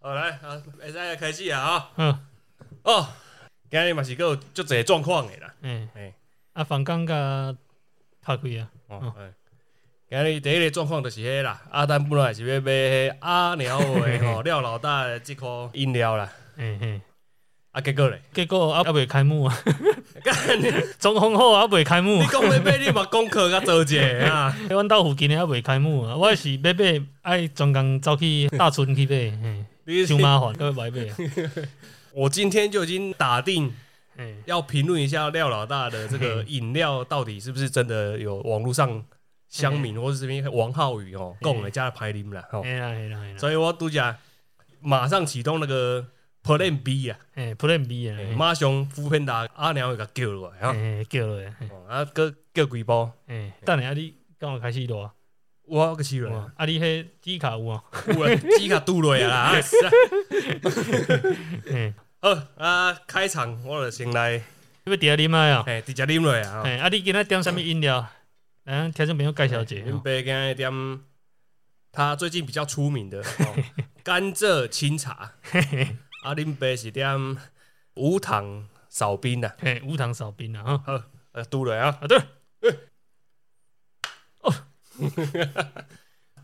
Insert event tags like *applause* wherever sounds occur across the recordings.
好来，啊，会使来开始啊啊！嗯，哦，今日嘛是还有足侪状况诶啦，诶、诶、啊，房间甲拍开啊，哦，诶、今日第一个状况就是迄啦，阿丹本来是要买迄阿鸟诶 *laughs* 吼廖老大诶即颗饮料啦，诶、嗯嘿，啊，结果咧， *laughs* 结果啊啊未开幕啊，干你 *laughs* 总统好啊未开幕你，讲要买，你嘛功课甲做者啊， *laughs* *laughs* 阮兜附近的啊未开幕啊，我是买买爱专工走去大村 *laughs* 去买，你嘿，是伤麻烦，搁买买 *laughs* 啊，我今天就已经打定诶、要评论一下廖老大的这个饮料到底是不是真的有网络上乡民或是这边王浩宇哦供人家的排名啦，吼欸，，嘿啦嘿啦嘿啦，所以我都讲马上启动那个 Plan B 啊，诶、p l a n B 啊，诶、马上扶贫达阿娘给他叫落来啊，嘿叫落来，诶、哦啊，搁叫几包，嘿等下啊你敢有开始录啊，我个死人哇啊，啊你迄机卡有啊，有人机甲拄落 *laughs* 啊啦，啊是啊诶、好啊，开场我就先来， *laughs* 你要伫遐啉啊呀，哎，直接啉落啊。诶、啊你今仔点啥物饮料？咱啊听众朋友介绍者，林北刚一点，他最近比较出名 *laughs* 的、哦、甘蔗清茶，啊，林北是点无糖少冰的、啊，嘿、无糖少冰啊，哈。呃，嘟了啊，啊对，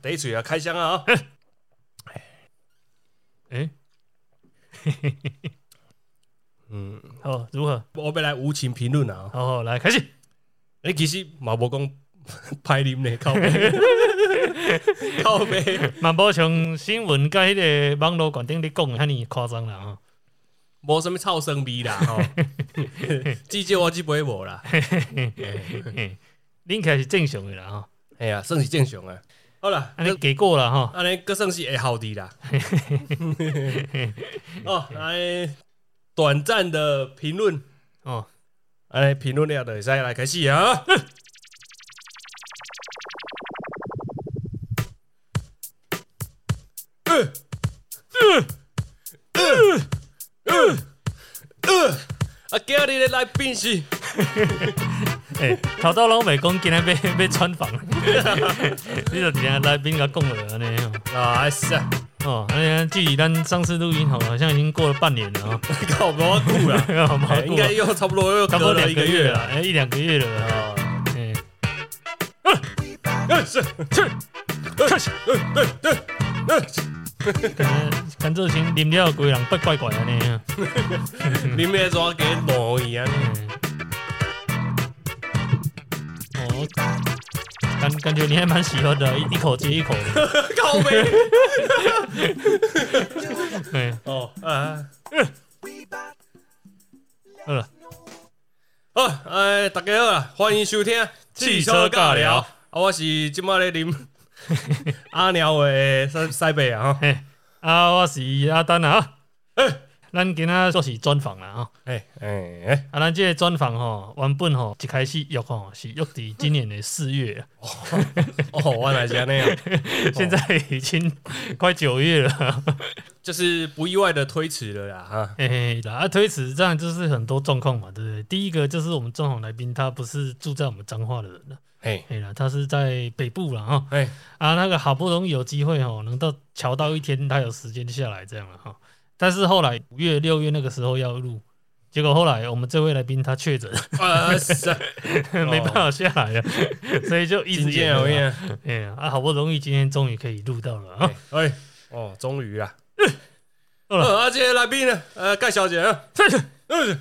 第一嘴啊，开箱 *laughs* 啊、哦，诶、 *laughs* 嗯，好，如何？我要来无情评论啊、哦，好好来开始。你其实嘛无讲 *laughs* 歹啉呢，靠背，靠背，万无像新闻甲迄个网络广顶咧讲的遐尼夸张啦吼。无什么臭生味啦，吼、至少我即杯无啦，嘿恁起来是正常的啦吼，哎呀，算是正常啊，好啦，安尼结果啦吼，安尼个算是会好的啦。哦，安尼短暂的评论，哦，安尼评论了就会使来开始啊。啊，今日的来宾是诶、头头拢袂讲今仔要 *laughs* 要穿房，你就直接来宾甲讲了安尼吼。啊，是啊，哦，安尼距离咱上次录音好好像已经过了半年了吼，搞不好酷 *laughs* 啦，好嘛，啊应该又差不多又差不隔多了两一个个月月了，了。哎、一两个月了啦。啊，诶、嗯是，去，开始。嗯感觉甘蔗先啉了，规人怪怪怪安尼啊。你咩怎给挪伊啊？ *laughs* 嗯哦，感感觉你还蛮喜欢的，一一口接一口的。靠背。对，哦，啊， *laughs* 好了，好，哎，大家好啦，欢迎收听汽车尬聊啊，我是今麦咧啉 *laughs* 阿鸟的西西北啊，嘿，啊，我是阿丹啊。咱今仔就是专访啦吼，哎哎哎，啊，咱这个专访吼，原本吼一开始约吼是约伫今年的四月，哦，我来是安尼啊，现在已经快九月了， *laughs* *laughs* 就是不意外的推迟了啦，哈，嘿嘿，啦啊，推迟这样就是很多状况嘛，对不对？第一个就是我们专访来宾他不是住在我们彰化的人啊了，嘿，嘿啦，他是在北部啦哈，哎，啊，那个好不容易有机会哦，能到瞧到一天，他有时间下来这样了哈。但是后来五月、六月那个时候要录，结果后来我们这位来宾他确诊， *laughs* 啊，是 *laughs* 啊，没办法下来了， *laughs* 所以就一直今演天有了。 *laughs* 影，哎呀，啊，好不容易今天终于可以录到了啊！哎，哦，终于啊，好了呃啊，这个来宾呢，呃，盖小姐啊，嗯，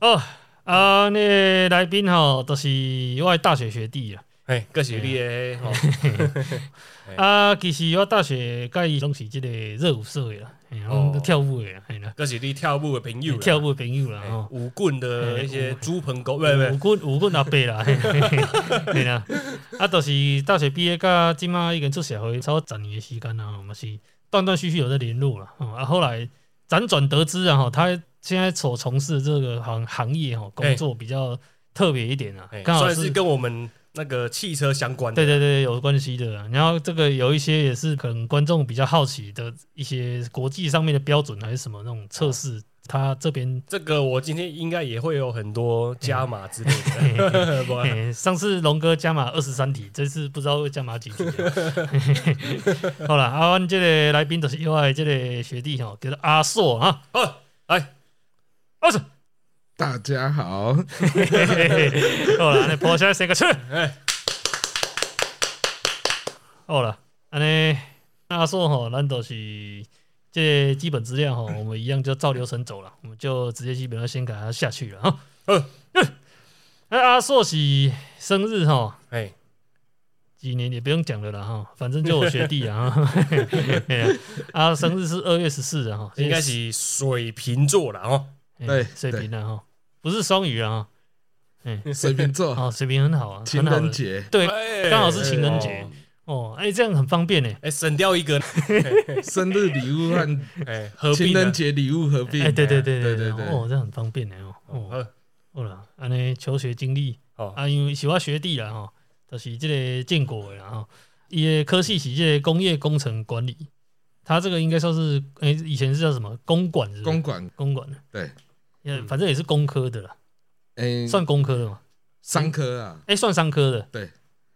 哦，啊，那来宾哈都是我的大学学弟啊。哎，个是你的，哦啊，其实我大学甲伊拢是这个热舞社的啦，嘿拢哦跳舞的啦，嘿啦，个是你跳舞的朋友啦，跳舞的朋友啦哦哎吼。舞棍的一些猪朋狗，不五不，棍五棍阿伯啦，嘿嘿嘿嘿啦，啊，就是大学毕业到即马已经出社会超过十年的时间啦，吼嘛是断断续续有在联络啦，吼啊，后来辗转得知啊，吼，他现在所从事的这个行行业吼，工作比较特别一点啊哎，刚好算是是跟我们那个汽车相关的。对对对有关系的啊，然后这个有一些也是可能观众比较好奇的一些国际上面的标准还是什么那种测试他这边这个我今天应该也会有很多加码之类的， *laughs* 不然嘿哎上次龙哥加码二十三题，这次不知道会加码几题啊。 *laughs* 好啦，啊，阮这个来宾就是我的这个学弟吼，叫做阿硕啊，好，来，阿硕，大 *laughs* 家好，嘿嘿嘿 *laughs* 好啦，安尼破下来三个出，哎，好啦，安尼阿硕吼，咱都是这个基本资料吼，我们一样就照流程走了，我们就直接基本上先给他下去了啊。嗯那阿硕是生日吼，哎，几年也不用讲了啦哈，反正就我学弟 *laughs* 啊，嘿啊啊，生日是二月十四的啊哈，应该是水瓶座了哦，嘿对水瓶的哈，不是双鱼啊，水瓶座，哦，水瓶很好啊，情很好人的节，对哎刚好是情人节哦哦，哎，这样很方便呢，哎，省掉一 *laughs* 个， *laughs* 生日礼物和哎，合情并人了，节礼物合并哎，，对对对对对对对哦，这样很方便呢哦，哦，好好啦，安尼求学经历哦啊，因为是我学弟啦吼，就是这个建国的啦吼，伊的科系是这个工业工程管理，他这个应该算是哎，以前是叫什么公管是不是公馆，公管的，对，也嗯反正也是工科的啦，哎，算工科的嘛，三科啊，哎、算商科的，对，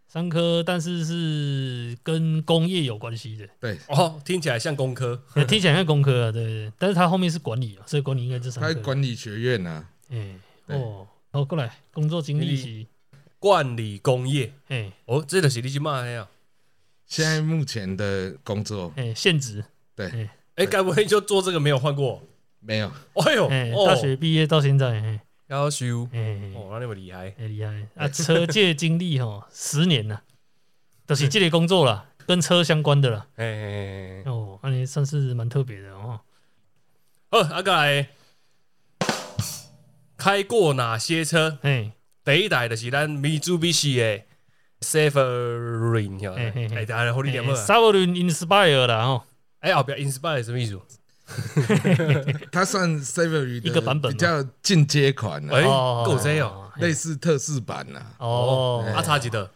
商科，但是是跟工业有关系的，哦，听起来像工科， *laughs* 呃听起来像工科啊，对对对，但是它后面是管理啊，所以管理应该是商科他在的，管理学院啊，哎、对哦，哦，过来，工作经历是，冠理工业，哎哦，这就是你即骂呀，现在目前的工作哎，现职，哎，该不会就做这个没有换过？没有，哎呦，哎、哦大学毕业到现在，哎、要修，哎、哦，那你么厉害，哎厉害啊！车界经历吼，十年了，嗯都、就是这类工作啦，跟车相关的啦。哎哎，哎哎哦，那、你算是蛮特别的哦。好，阿哥来，开过哪些车？哎、第一台就是咱 Mitsubishi 的 Safarin，晓嘿嘿得？嘿哎，大家好你念欸好啊。 s a v o r i n Inspire 啦吼，哎，后壁 Inspire 是什么意思？哦他算 Savory 的一个版本吗比较进阶款啊，哎，哦够这哦。嘿类似特仕版啊，哦，啊，啊，差几多？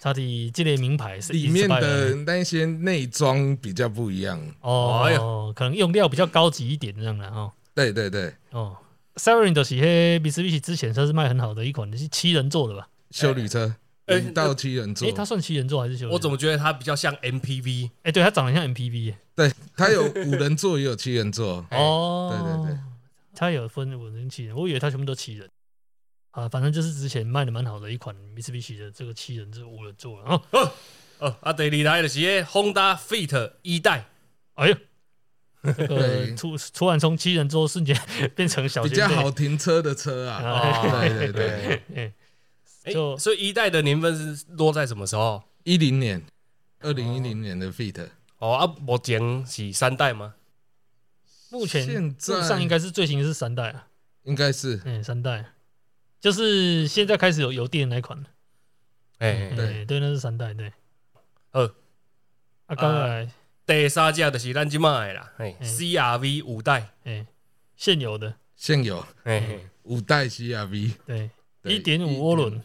它的这类名牌是里面 Inspire 的那些内装比较不一样，哎哦，可能用料比较高级一点这样的哦对对对，哦。Severin 就是嘿，Mitsubishi 之前算是卖很好的一款，是七人座的吧？修理车，哎零到七人座诶，，它算七人座还是休闲座？我怎么觉得它比较像 MPV？诶，对，它长得像 MPV 耶对，它 *laughs* 有五人座也有七人座，哎哦。对对对，它有分五人七人，我以为它全部都七人啊，反正就是之前卖的蛮好的一款 Mitsubishi 的这个七人这五人座了哦。哦，啊，第二台就是那个 Honda Fit 一代，哎呦，这个 *laughs* 对突突然从七人座瞬间 *laughs* 变成小比尖较队好停车的车啊，啊对对对，哎哎就，所以一代的年份是落在什么时候？一零年，二零一零年的 Fit，哦啊，目前是三代吗？目前现在路上应该是最新的是三代啊，应该是嗯，三代，就是现在开始有油电那一款了，哎，哎对哎对，那是三代，对。好，啊，刚才第三架就是咱即卖啦，哎嗯，CRV 五代，哎，现有的现有哎，五代 CRV，对，对一点五涡轮，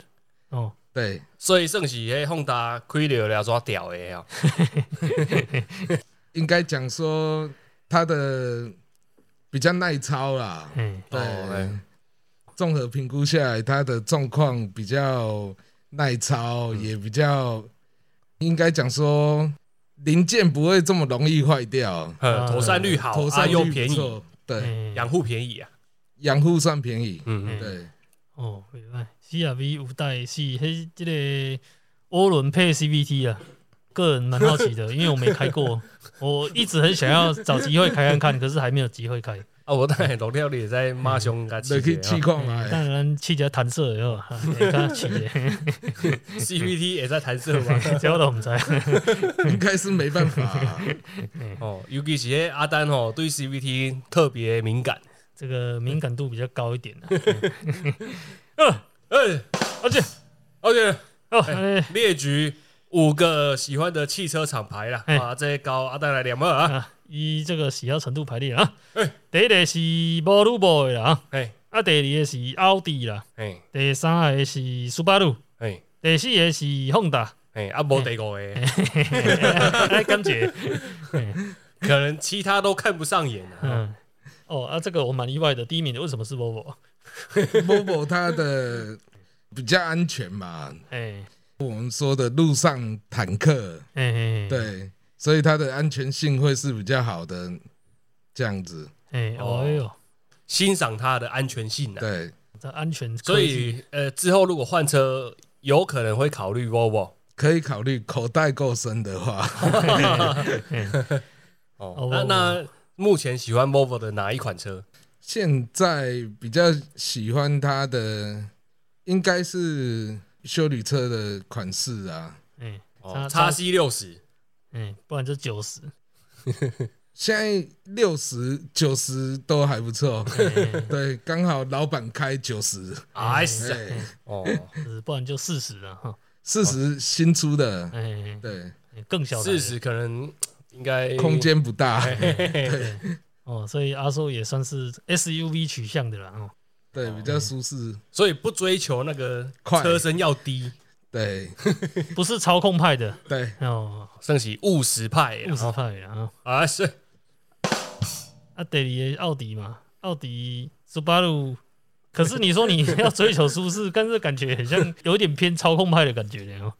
哦，对，所以算是迄 Honda 开了了抓屌的哦，应该讲说它的比较耐操啦，哎，哦对哎，综合评估下来，它的状况比较耐操，嗯也比较应该讲说零件不会这么容易坏掉，呵妥善率好，头啊上又便宜，，对，哎养护便宜啊，养护算便宜，嗯嗯嗯，对，哦，明白。CRV 五代是迄这个涡轮配 CVT 啊，个人蛮好奇 *laughs* 的，因为我没开过，我一直很想要找机会开看看，可是还没有机会开。啊，我当然录了你在马上甲就去试试试看哎嘛，当然，去只弹射以后，哈哎会较气 *laughs* 的， ，CVT *laughs* 也在弹射嘛，这我都唔知。应该是没办法啊，哦，尤其是迄阿丹吼对 CVT 特别敏感，这个敏感度比较高一点啊。哎，而且而且哦，哎哎列举五个喜欢的汽车厂牌啦，哎啊，这高阿丹来两二啊，啊，依这个喜好程度排列啊哎。第一个是 v o l v o 的啦，啊哎啊，第二个是奥迪啦，哎第三个是斯巴鲁，哎第四个是 *laughs* Honda。哎，啊，无第五个，哎，感觉， *laughs* 可能其他都看不上眼啊，嗯，哦啊，这个我蛮意外的，第一名的为什么是 Volvo？ Volvo 它的比较安全嘛，哎我们说的路上坦克，哎哎，哎，对，所以它的安全性会是比较好的，这样子，哎哦哦哟，欣赏它的安全性啊。对，这安全科技，所以呃，之后如果换车，有可能会考虑 Volvo。可以考虑口袋够深的话， *laughs* 哦那哦，Volvo 那目前喜欢 Volvo 的哪一款车？现在比较喜欢它的应该是修理车的款式啊，哎哦，叉叉 C 六十，哎，不然就九十，现在六十九十都还不错，对，刚好老板开九十，哎是啊 *laughs* 哎，哦，是不然就四十了哈，四十新出的，哎哎，对，哎更小台的四十可能应该空间不大，哦，所以阿叔也算是 SUV 取向的啦哦， *laughs* 对，比较舒适，所以不追求那个快车身要低，对不是操控派的对， *laughs* 哦，剩起务实派啦，务实派的啊。啊是啊，得里奥迪嘛，奥迪、斯巴鲁。可是你说你要追求舒适，但是感觉很像有点偏操控派的感觉呢。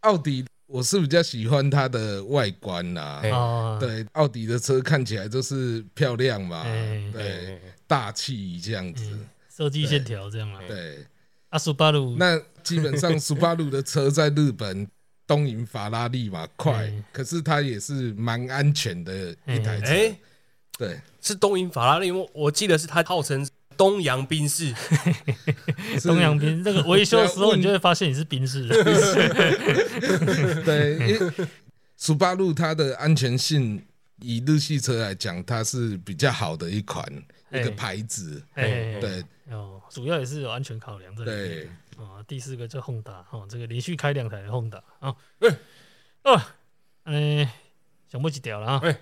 奥迪我是比较喜欢它的外观啦、哎哦，， *laughs* 对，奥迪的车看起来就是漂亮嘛，哎对，大气这样子，嗯设计线条这样啦。对，啊，斯巴鲁，那基 *laughs* 本上斯巴鲁的车在日本东瀛法拉利嘛，快哎，可是它也是蛮安全的一台哎、车，诶对，是东瀛法拉利，我我记得是它号称东洋宾 *laughs* 士，是东洋 *laughs* 宾这个维修的时不要候，问你就会发现你是宾 *laughs* 士的。对，因为斯巴鲁它的安全性以日系车来讲，它是比较好的一款哎一个牌子，哎，对哦，主要也是有安全考量这里。对，哦，第四个叫 Honda 哦，这个连续开两台的 Honda 啊，哦，嗯，想不起掉了啊哎，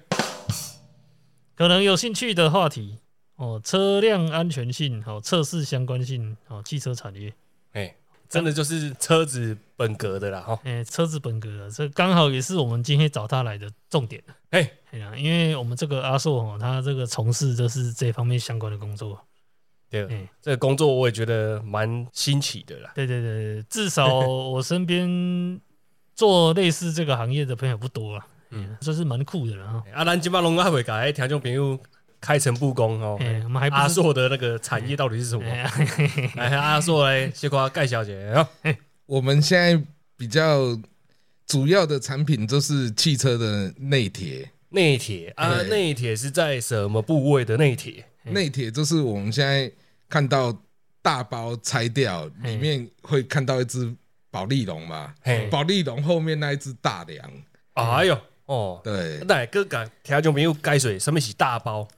可能有兴趣的话题哦，车辆安全性好，测试相关性好，汽车产业，哎、真的就是车子本格的啦哈，哎、车子本格的，这刚好也是我们今天找他来的重点。哎、哎呀，因为我们这个阿硕哦，他这个从事就是这方面相关的工作，对，哎这个工作我也觉得蛮新奇的啦，对对对，对至少我身边做类似这个行业的朋友不多了，嗯，这是蛮酷的了哈。啊，咱今巴龙阿伟改听众朋友开诚布公哦。哎，我们还不阿是硕的那个产业到底是什么？哎呀，来，阿硕来，谢夸盖小姐哦，我们现在比较主要的产品就是汽车的内铁，内铁啊，对内铁是在什么部位的内铁？嗯内铁就是我们现在看到大包拆掉，嗯里面会看到一只保利龙嘛，嘿，保利龙后面那一只大梁，哎呦，哦，对，那哥讲听众朋友盖水，什么是大包？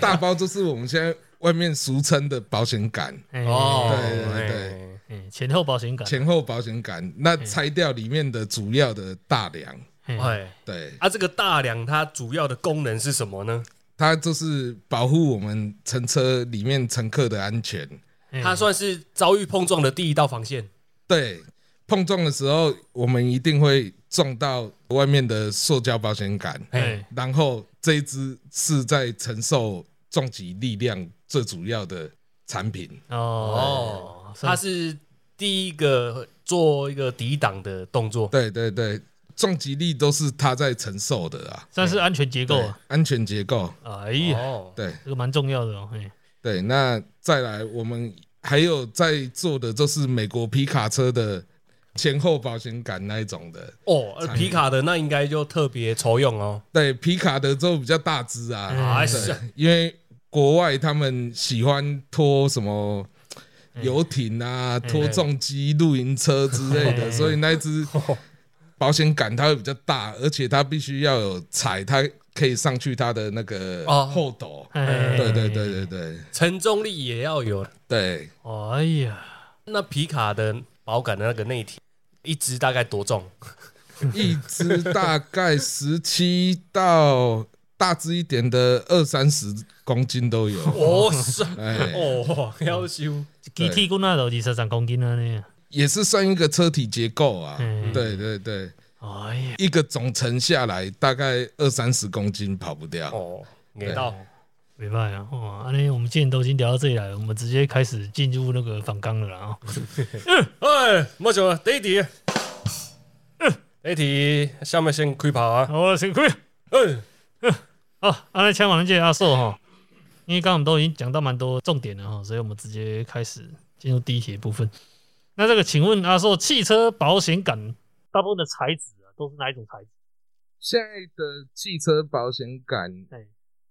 大包就是我们现在外面俗称的保险杆，哦，对对对哎哎，前后保险杆，前后保险杆，那拆掉里面的主要的大梁，哎，哎，对，啊，这个大梁它主要的功能是什么呢？它就是保护我们乘车里面乘客的安全。哎它算是遭遇碰撞的第一道防线。对，碰撞的时候，我们一定会撞到外面的塑胶保险杆，哎，哎然后这一只是在承受撞击力量最主要的产品。哦哦，，算它是第一个做一个抵挡的动作。对对对，撞击力都是它在承受的啊。算是安全结构对，安全结构。啊，哎呀，哦，对这个蛮重要的哦，哎，对，那再来，我们还有在做的就是美国皮卡车的前后保险杆那一种的。哦，呃皮卡的那应该就特别愁用哦。对，皮卡的都比较大只啊。哎嗯是对啊，因为国外他们喜欢拖什么游艇啊、拖重机、露营车之类哎的， *laughs* 所以那一只保险杆它会比较大，而且它必须要有踩，它可以上去它的那个哦后斗。哎对对对，对对承重力也要有。对，哦哎呀，那皮卡的保杆的那个内体，一只大概多重？一只大概十七到大只一点的二三十公斤都有。哦，是啊哎，哦，要修机体骨那都二十三公斤啊呢，也是算一个车体结构啊嗯。对对对。哎呀，一个总成下来大概二三十公斤跑不掉。哦，给到没办法啊，哇！安尼我们既然都已经聊到这里来了，我们直接开始进入那个反纲了啦。哦哎，莫想啊，第一题，第一题，下面先开跑啊，好，我先开。嗯，好，啊阿来枪王界阿寿哈，因为刚刚我们都已经讲到蛮多重点了哈，所以我们直接开始进入第一题的部分。那这个，请问阿寿，汽车保险杆大部分的材质啊，都是哪一种材质？现在的汽车保险杆哎，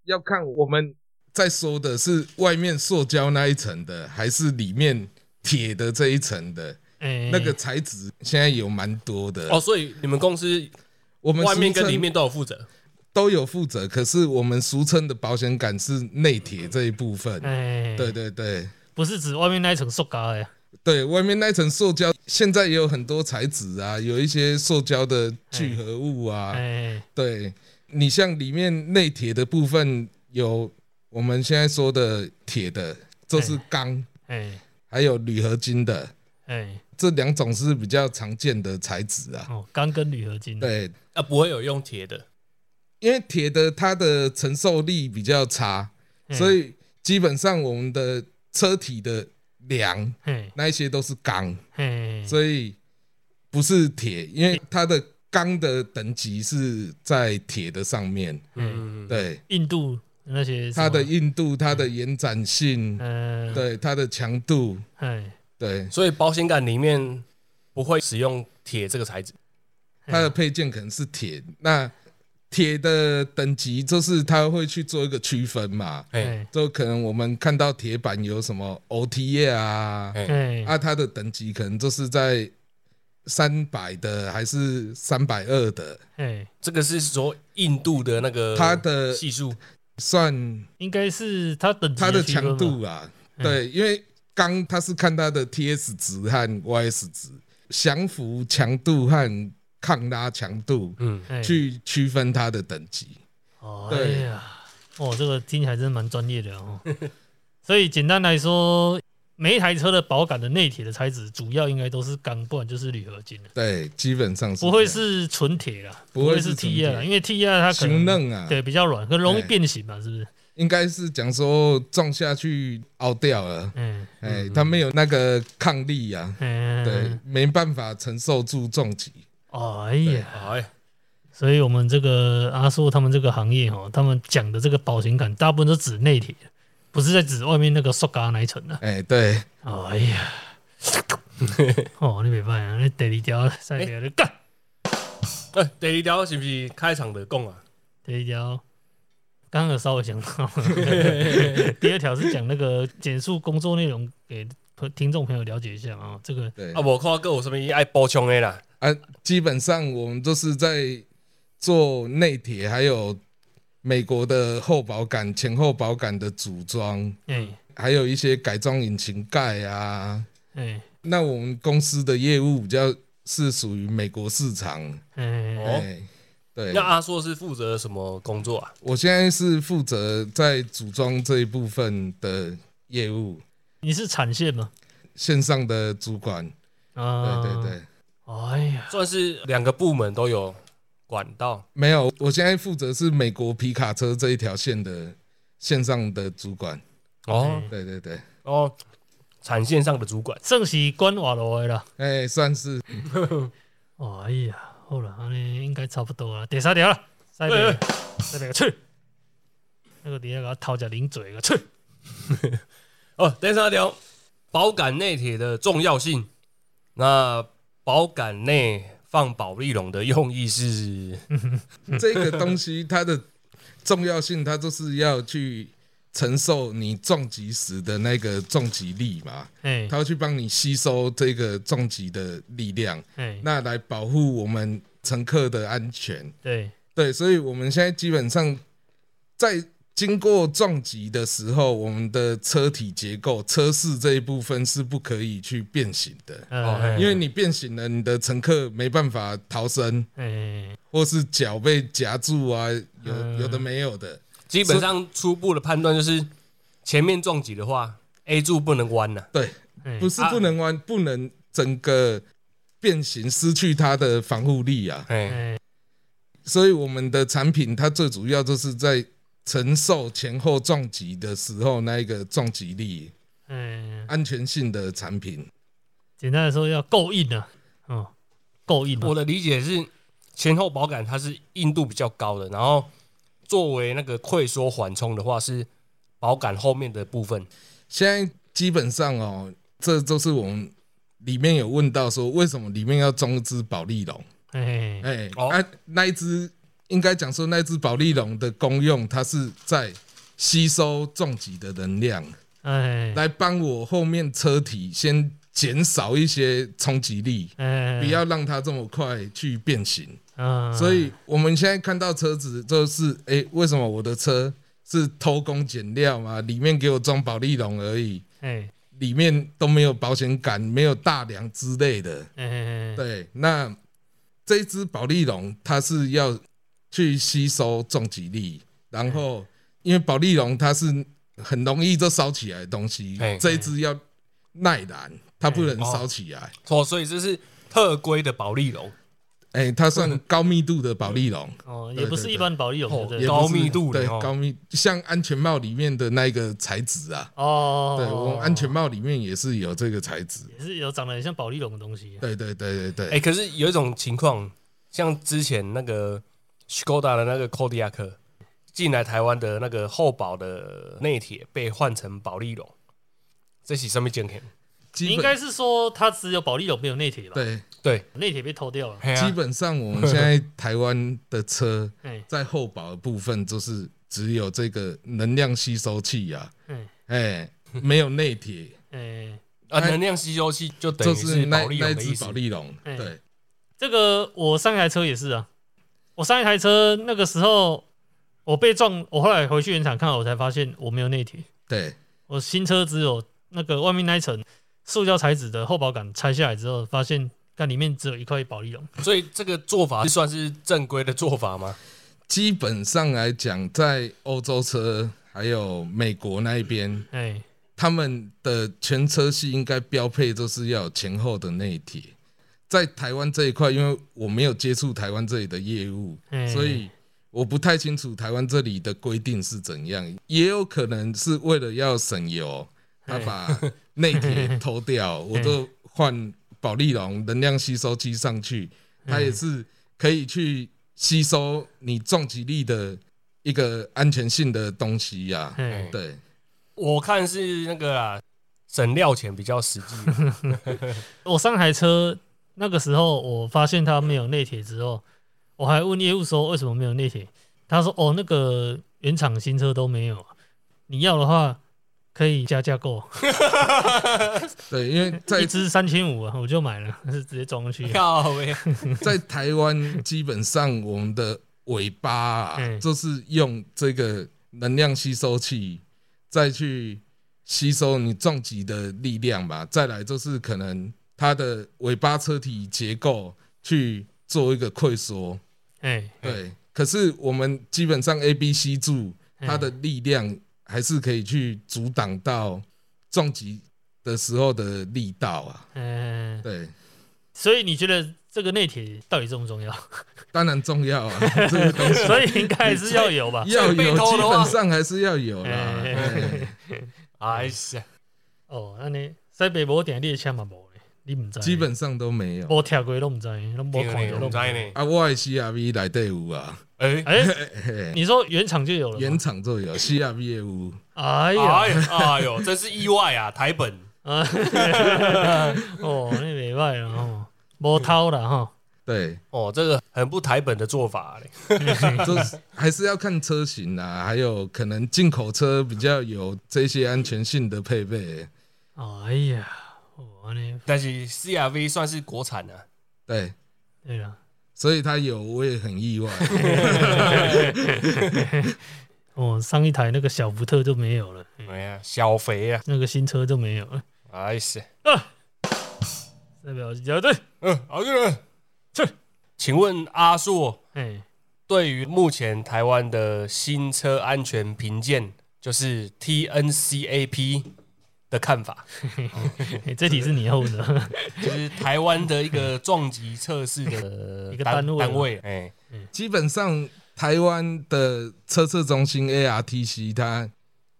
要看我们在说的是外面塑胶那一层的，还是里面铁的这一层的。哎，那个材质现在有蛮多的嗯哦，，所以你们公司我们外面俗称跟里面都有负责，都有负责，可是我们俗称的保险杆是内铁这一部分。哎，对，对对不是指外面那一层塑胶的呀。对，外面那层塑胶现在也有很多材质啊，有一些塑胶的聚合物啊。哎，对你像里面内铁的部分有我们现在说的铁的，这是钢，哎，还有铝合金的，哎，这两种是比较常见的材质啊。哦，钢跟铝合金。，对，啊，不会有用铁的，因为铁的它的承受力比较差，所，以基本上我们的车体的梁嘿，那一些都是钢，嗯嘿，所以不是铁，因为它的钢的等级是在铁的上面。嗯，对，印度那些什么它的，硬度、它的延展性、呃，，对它的强度，哎，对所以保险杆里面不会使用铁这个材质，它的配件可能是铁。那铁的等级就是它会去做一个区分嘛，哎，哎，就可能我们看到铁板有什么 OTA 啊，哎哎，啊，它的等级可能就是在三百的还是三百二的，哎，这个是说印度的那呃个它的系数，算应该是它等级它的区分强吧度啊，嗯对，因为刚它是看它的 TS 值和 YS 值，降服强度和抗拉强度嗯，哎去区分它的等级。哦，哎对呀，哦，这个听起来真的蛮专业的哦。 *laughs* 所以简单来说，每一台车的保杆的内铁的材质主要应该都是钢，不然就是铝合金了，对，基本上是不会这样是纯铁啦，不会会是是 T R 啦，纯铁因为 T R 它可行能嫩啊，对比较软，很容易哎变形嘛，是不是？应该是讲说撞下去凹掉了，嗯哎，它没有那个抗力啊，嗯，对，没办法承受住撞击。哦，哎呀，哎，所以我们这个阿叔他们这个行业哦，他们讲的这个保险杆，大部分都指内铁，不是在指外面那个塑胶那一层啊的。哎、对，哦哎呀， *laughs* 哦，你袂歹啊，你第二条三条你干，哎，第二条是不是开场的讲啊？第二条刚刚有稍微想到，第二条是讲那个简述工作内容给朋听众朋友了解一下嘛，哦，这个对啊，我看个有什么爱补充的啦？啊，基本上我们都是在做内铁，还有美国的后保杆、前后保杆的组装，哎还有一些改装引擎盖啊。哎那我们公司的业务比较是属于美国市场，哎哦哎，对那。阿硕是负责什么工作啊？我现在是负责在组装这一部分的业务，你是产线吗？线上的主管，啊，对对对，哎呀，算是两个部门都有管到，没有，我现在负责是美国皮卡车这一条线的线上的主管。哦对对对，哦，产线上的主管，正是关瓦罗的啦，哎、算是哦哎呀，好了，安尼应该差不多了，第三条了，再哎别哎再别去，那个底下给他掏只零嘴个去。哦，第三条，保杆内铁的重要性。那保杆内放保利龙的用意是，这个东西它的重要性，它就是要去承受你撞击时的那个撞击力嘛，哎它会去帮你吸收这个撞击的力量，哎，那来保护我们乘客的安全。对，对，所以我们现在基本上在经过撞击的时候，我们的车体结构、车室这一部分是不可以去变形的，哦嘿呃，因为你变形了，你的乘客没办法逃生，哎，或是脚被夹住啊，有嗯有的没有的。基本上初步的判断就是，前面撞击的话，A 柱不能弯啊了、对，哎不是不能弯，不能整个变形失去它的防护力啊。哎，哎所以我们的产品它最主要就是在承受前后撞击的时候那一个撞击力，嗯，安全性的产品。简单的说要够硬啊，哦，够硬啊我，的理解是，前后保杆它是硬度比较高的，然后作为那个溃缩缓冲的话，是保杆后面的部分。现在基本上哦，这都是我们里面有问到说，为什么里面要装一只保利龙？哎，哎、哦啊，那一只应该讲说那一只保利龙的功用，它是在吸收撞击的能量，哎，来帮我后面车体先减少一些冲击力，哎，不要让它这么快去变形。啊，嗯所以我们现在看到车子就是，哎、为什么我的车是偷工减料嘛？里面给我装保利龙而已，哎，里面都没有保险杆，没有大梁之类的。哎哎，哎，对，那这一只保利龙它是要去吸收重击力，然后因为保利龙它是很容易就烧起来的东西嘿，这一只要耐燃，它不能烧起来。哦，所以这是特规的保利龙，哎，它算高密度的保利龙，哦，对也不是一般保利龙的对对也不对，不是高密度的对哦高密，像安全帽里面的那一个材质啊，哦，对我们安全帽里面也是有这个材质。也是有长得很像保利龙的东西，啊对对对对哎、对，可是有一种情况，像之前那个 Skoda 的那个 Kodiak 进来台湾的那个厚保的内铁被换成保利龙，这是什么情况？基应本该是说它只有保利龙没有内铁吧？，对，对，内铁被偷掉了，嘿啊基本上我们现在台湾的车。哎在厚保的部分，就是只有这个能量吸收器啊，哎哎、 *laughs* 没有内铁，哎。啊，能量吸收器就等就于是那保利那龙一的意只思保。利龙。哎对，这个我上一台车也是啊，我上一台车那个时候我被撞，我后来回去原厂看，我才发现我没有内铁，对，我新车只有那个外面那一层塑胶材质的厚保杆拆下来之后，发现看里面只有一块保利龙。所以这个做法算是正规的做法吗？基本上来讲，在欧洲车还有美国那一边，哎他们的全车系应该标配就是要有前后的内铁。在台湾这一块，因为我没有接触台湾这里的业务，哎，所以我不太清楚台湾这里的规定是怎样，也有可能是为了要省油，哎他把内铁 *laughs* 偷掉，我就换保利龙能量吸收机上去，哎它也是可以去吸收你撞击力的一个安全性的东西呀、哎对，我看是那个啊，省料钱比较实际。 *laughs* 我上台车那个时候，我发现它没有内铁之后，我还问业务说为什么没有内铁，他说哦那个原厂新车都没有，你要的话可以加价购，对，因为一在支三千五啊，我就买了，是直接装上 *laughs* 去。哎靠喂，在台湾，基本上我们的尾巴啊，嗯就是用这个能量吸收器再去吸收你撞击的力量吧。再来就是可能它的尾巴车体结构去做一个溃缩，哎，对。可是我们基本上 A、B、C 柱嗯它的力量还是可以去阻挡到撞击的时候的力道啊，哎，对。所以你觉得这个内铁到底重不重要？ *laughs* 当然重要啊，这个东西。所以应该还是要 *laughs* 有吧。要被有，偷基的话本上还是要有啦。哎哎哎是哦，那你西北无定你的车嘛无咧，你唔知。基本上都没有无听过都唔知，拢无我看呢，过都我唔知。呢。啊。我的 CRV 来队伍啊，哎哎，嘿嘿你说原厂就有了？原。厂就有 CRV 业务。哎呀 *laughs* 哎，呀哎呦，真是意外啊！台本啊，哦，那袂歹啦吼，无偷啦吼，对，哦，这个很不台本的做法嘞。就是还是要看车型啊，还有可能进口车比较有这些安全性的配备。哎呀，哦，安尼但是 CRV 算是国产啊的，对，对啦，所以它有，我也很意外。哦，上一台那个小福特就没有了，哎呀，小肥啊，那个新车就没有了，哎是，代表要对，嗯，好的，是。请问阿硕，哎，对于目前台湾的新车安全评鉴，就是 TNCAP 的看法？嘿哎这题是你要问 *laughs* 的，就是台湾的一个撞击测试的 *laughs* 啊一个单位单位，哎、基本上台湾的车测中心 ARTC，它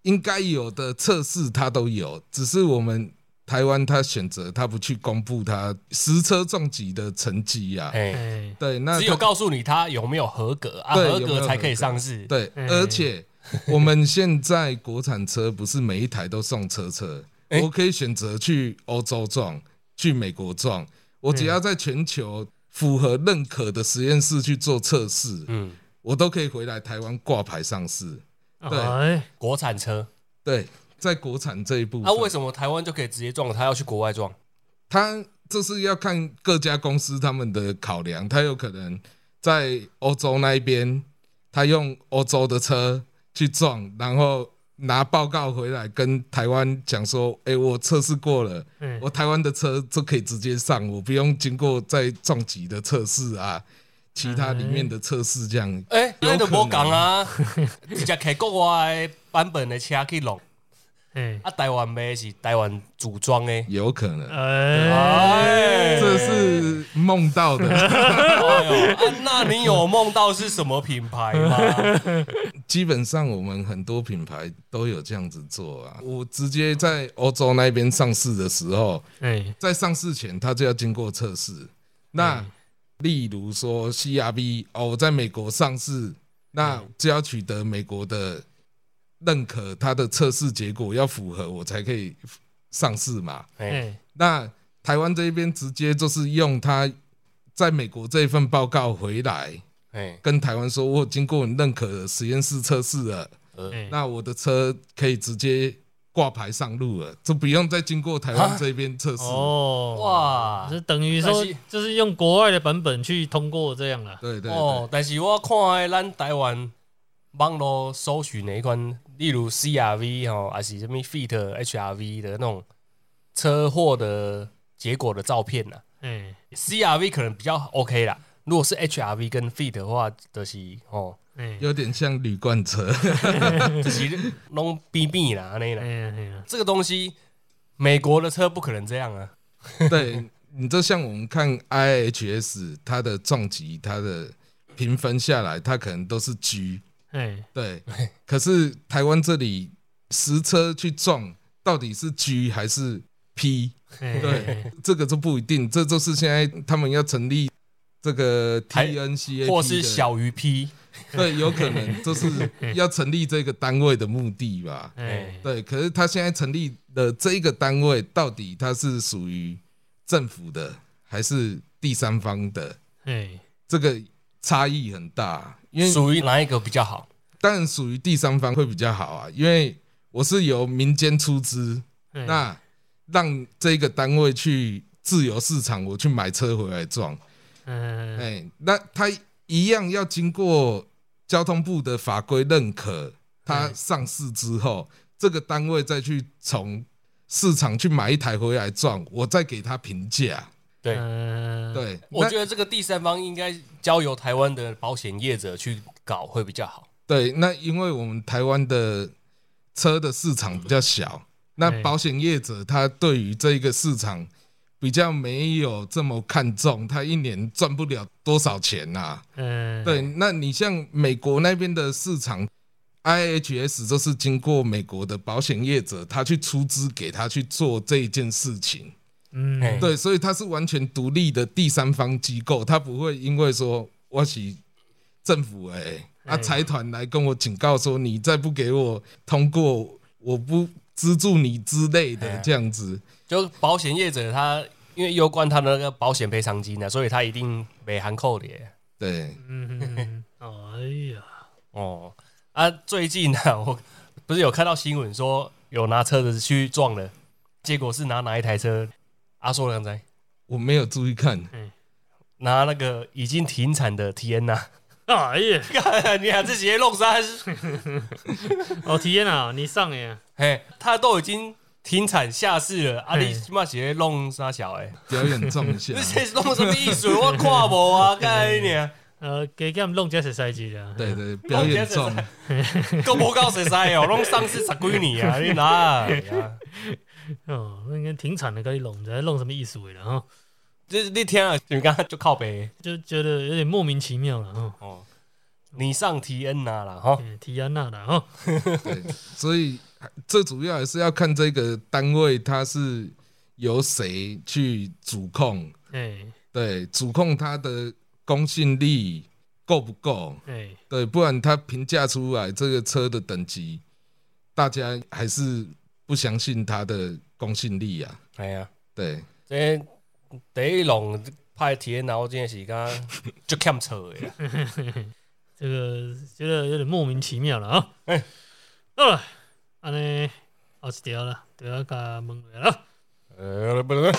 应该有的测试它都有，只是我们台湾它选择它不去公布它实车重疾的成绩呀、啊。哎，哎，对，那只有它告诉你他有没有合格啊，对合有没有格才可以合格上市。对，哎而且我们现在国产车不是每一台都送车车， *laughs* 哎我可以选择去欧洲撞，去美国撞，我只要在全球符合认可的实验室去做测试，嗯，我都可以回来台湾挂牌上市。对哎，国产车，对，在国产这一部那、分，为什么台湾就可以直接撞，他要去国外撞？它这是要看各家公司他们的考量，它有可能在欧洲那一边，他用欧洲的车去撞，然后拿报告回来跟台湾讲说，哎、我测试过了，哎我台湾的车就可以直接上，我不用经过再撞击的测试啊，其他里面的测试这样。哎、有那就可能无讲啊， *laughs* 直接开国外的版本的车去弄，哎啊，台湾卖的是台湾组装的。有可嗯能，哎哎，这是梦到的。哎呦，啊那你有梦到是什么品牌 *laughs* 吗？基本上我们很多品牌都有这样子做啊。我直接在欧洲那边上市的时候，哎在上市前它就要经过测试。那例如说 CRV 哦，我在美国上市，那就要取得美国的认可，它的测试结果要符合，我才可以上市嘛。哎，哎那台湾这边直接就是用它在美国这份报告回来，哎，跟台湾说，我有经过你认可的实验室测试了，哎，那我的车可以直接挂牌上路了，就不用再经过台湾这边测试。哦，啊哇，是等于但说是就是用国外的版本去通过这样啦。对对哦对，，但是我看的咱台湾网络搜寻的一款，例如 CRV 吼，还是什么 Fit HRV 的那种车祸的结果的照片啊呐、哎 CRV 可能比较 OK 啦。如果是 HRV 跟 Fit 的话，就是哦，哎有点像铝 *laughs* 罐车，嗯就是弄边边啦，那哎啦。呀哎呀，这个东西，美国的车不可能这样啊。对你就像我们看 IHS 它的撞击，它的评分下来，它可能都是 G，哎对，可是台湾这里实车去撞，到底是 G 还是 P？哎对，这个就不一定，这就是现在他们要成立这个还 TNCA，或是小于 P，对，有可能就是要成立这个单位的目的吧。哎对，可是他现在成立的这一个单位，到底它是属于政府的还是第三方的？哎这个差异很大，因为属于哪一个比较好？当然属于第三方会比较好啊，因为我是由民间出资，哎那让这个单位去自由市场，我去买车回来撞，嗯哎、哎那他一样要经过交通部的法规认可，它嗯上市之后，嗯这个单位再去从市场去买一台回来撞，我再给他评价。对，嗯，对，我那觉得这个第三方应该交由台湾的保险业者去搞会比较好。对，那因为我们台湾的车的市场比较小，那对保险业者他对于这个市场比较没有这么看重，他一年赚不了多少钱啊呐、嗯，对，那你像美国那边的市场，IHS 就是经过美国的保险业者，他去出资给他去做这一件事情。嗯，哎对，所以它是完全独立的第三方机构，它不会因为说我是政府哎、啊嗯财团来跟我警告说你再不给我通过，我不资助你之类的嗯这样子。就保险业者他因为攸关他的那个保险赔偿金呢、啊，所以他一定没含扣的耶对，嗯嗯，嗯哎呀，哦啊，最近呢、啊， *laughs* 我不是有看到新闻说有拿车子去撞的，结果是拿哪一台车？阿硕刚才我没有注意看，拿那个已经停产的 T N 呐、哎呀，啊， *laughs* 你还是直接弄啥？哦天啊，你上呀， *laughs* 嘿，他都已经停产下市了，啊，嘿你起码直接弄啥小哎、表演 *laughs* 中一下你。这是弄什么艺术？我看无啊，干你啊，呃，给给他们弄这些啊赛季的，对对，表演中， *laughs* 够不够实在哦？弄上市十几年啊，你哪啊？哦，那应该停产的，跟你弄在弄什么意思了哈？哦就是你听啊，你刚刚就靠北就觉得有点莫名其妙了哈。哦。你上提恩呐啊啦哈，嗯提安娜啦吼，对，所以这主要还是要看这个单位它是由谁去主控，哎对，主控它的公信力够不够，哎对，不然它评价出来这个车的等级，大家还是不相信它的公信力啊，哎呀，对，这第一浪派啊提恩然后这件事刚就欠扯的啦，这个觉得有点莫名其妙了啊。好了，安尼后一条啦，就要甲问下啦。呃，不不不，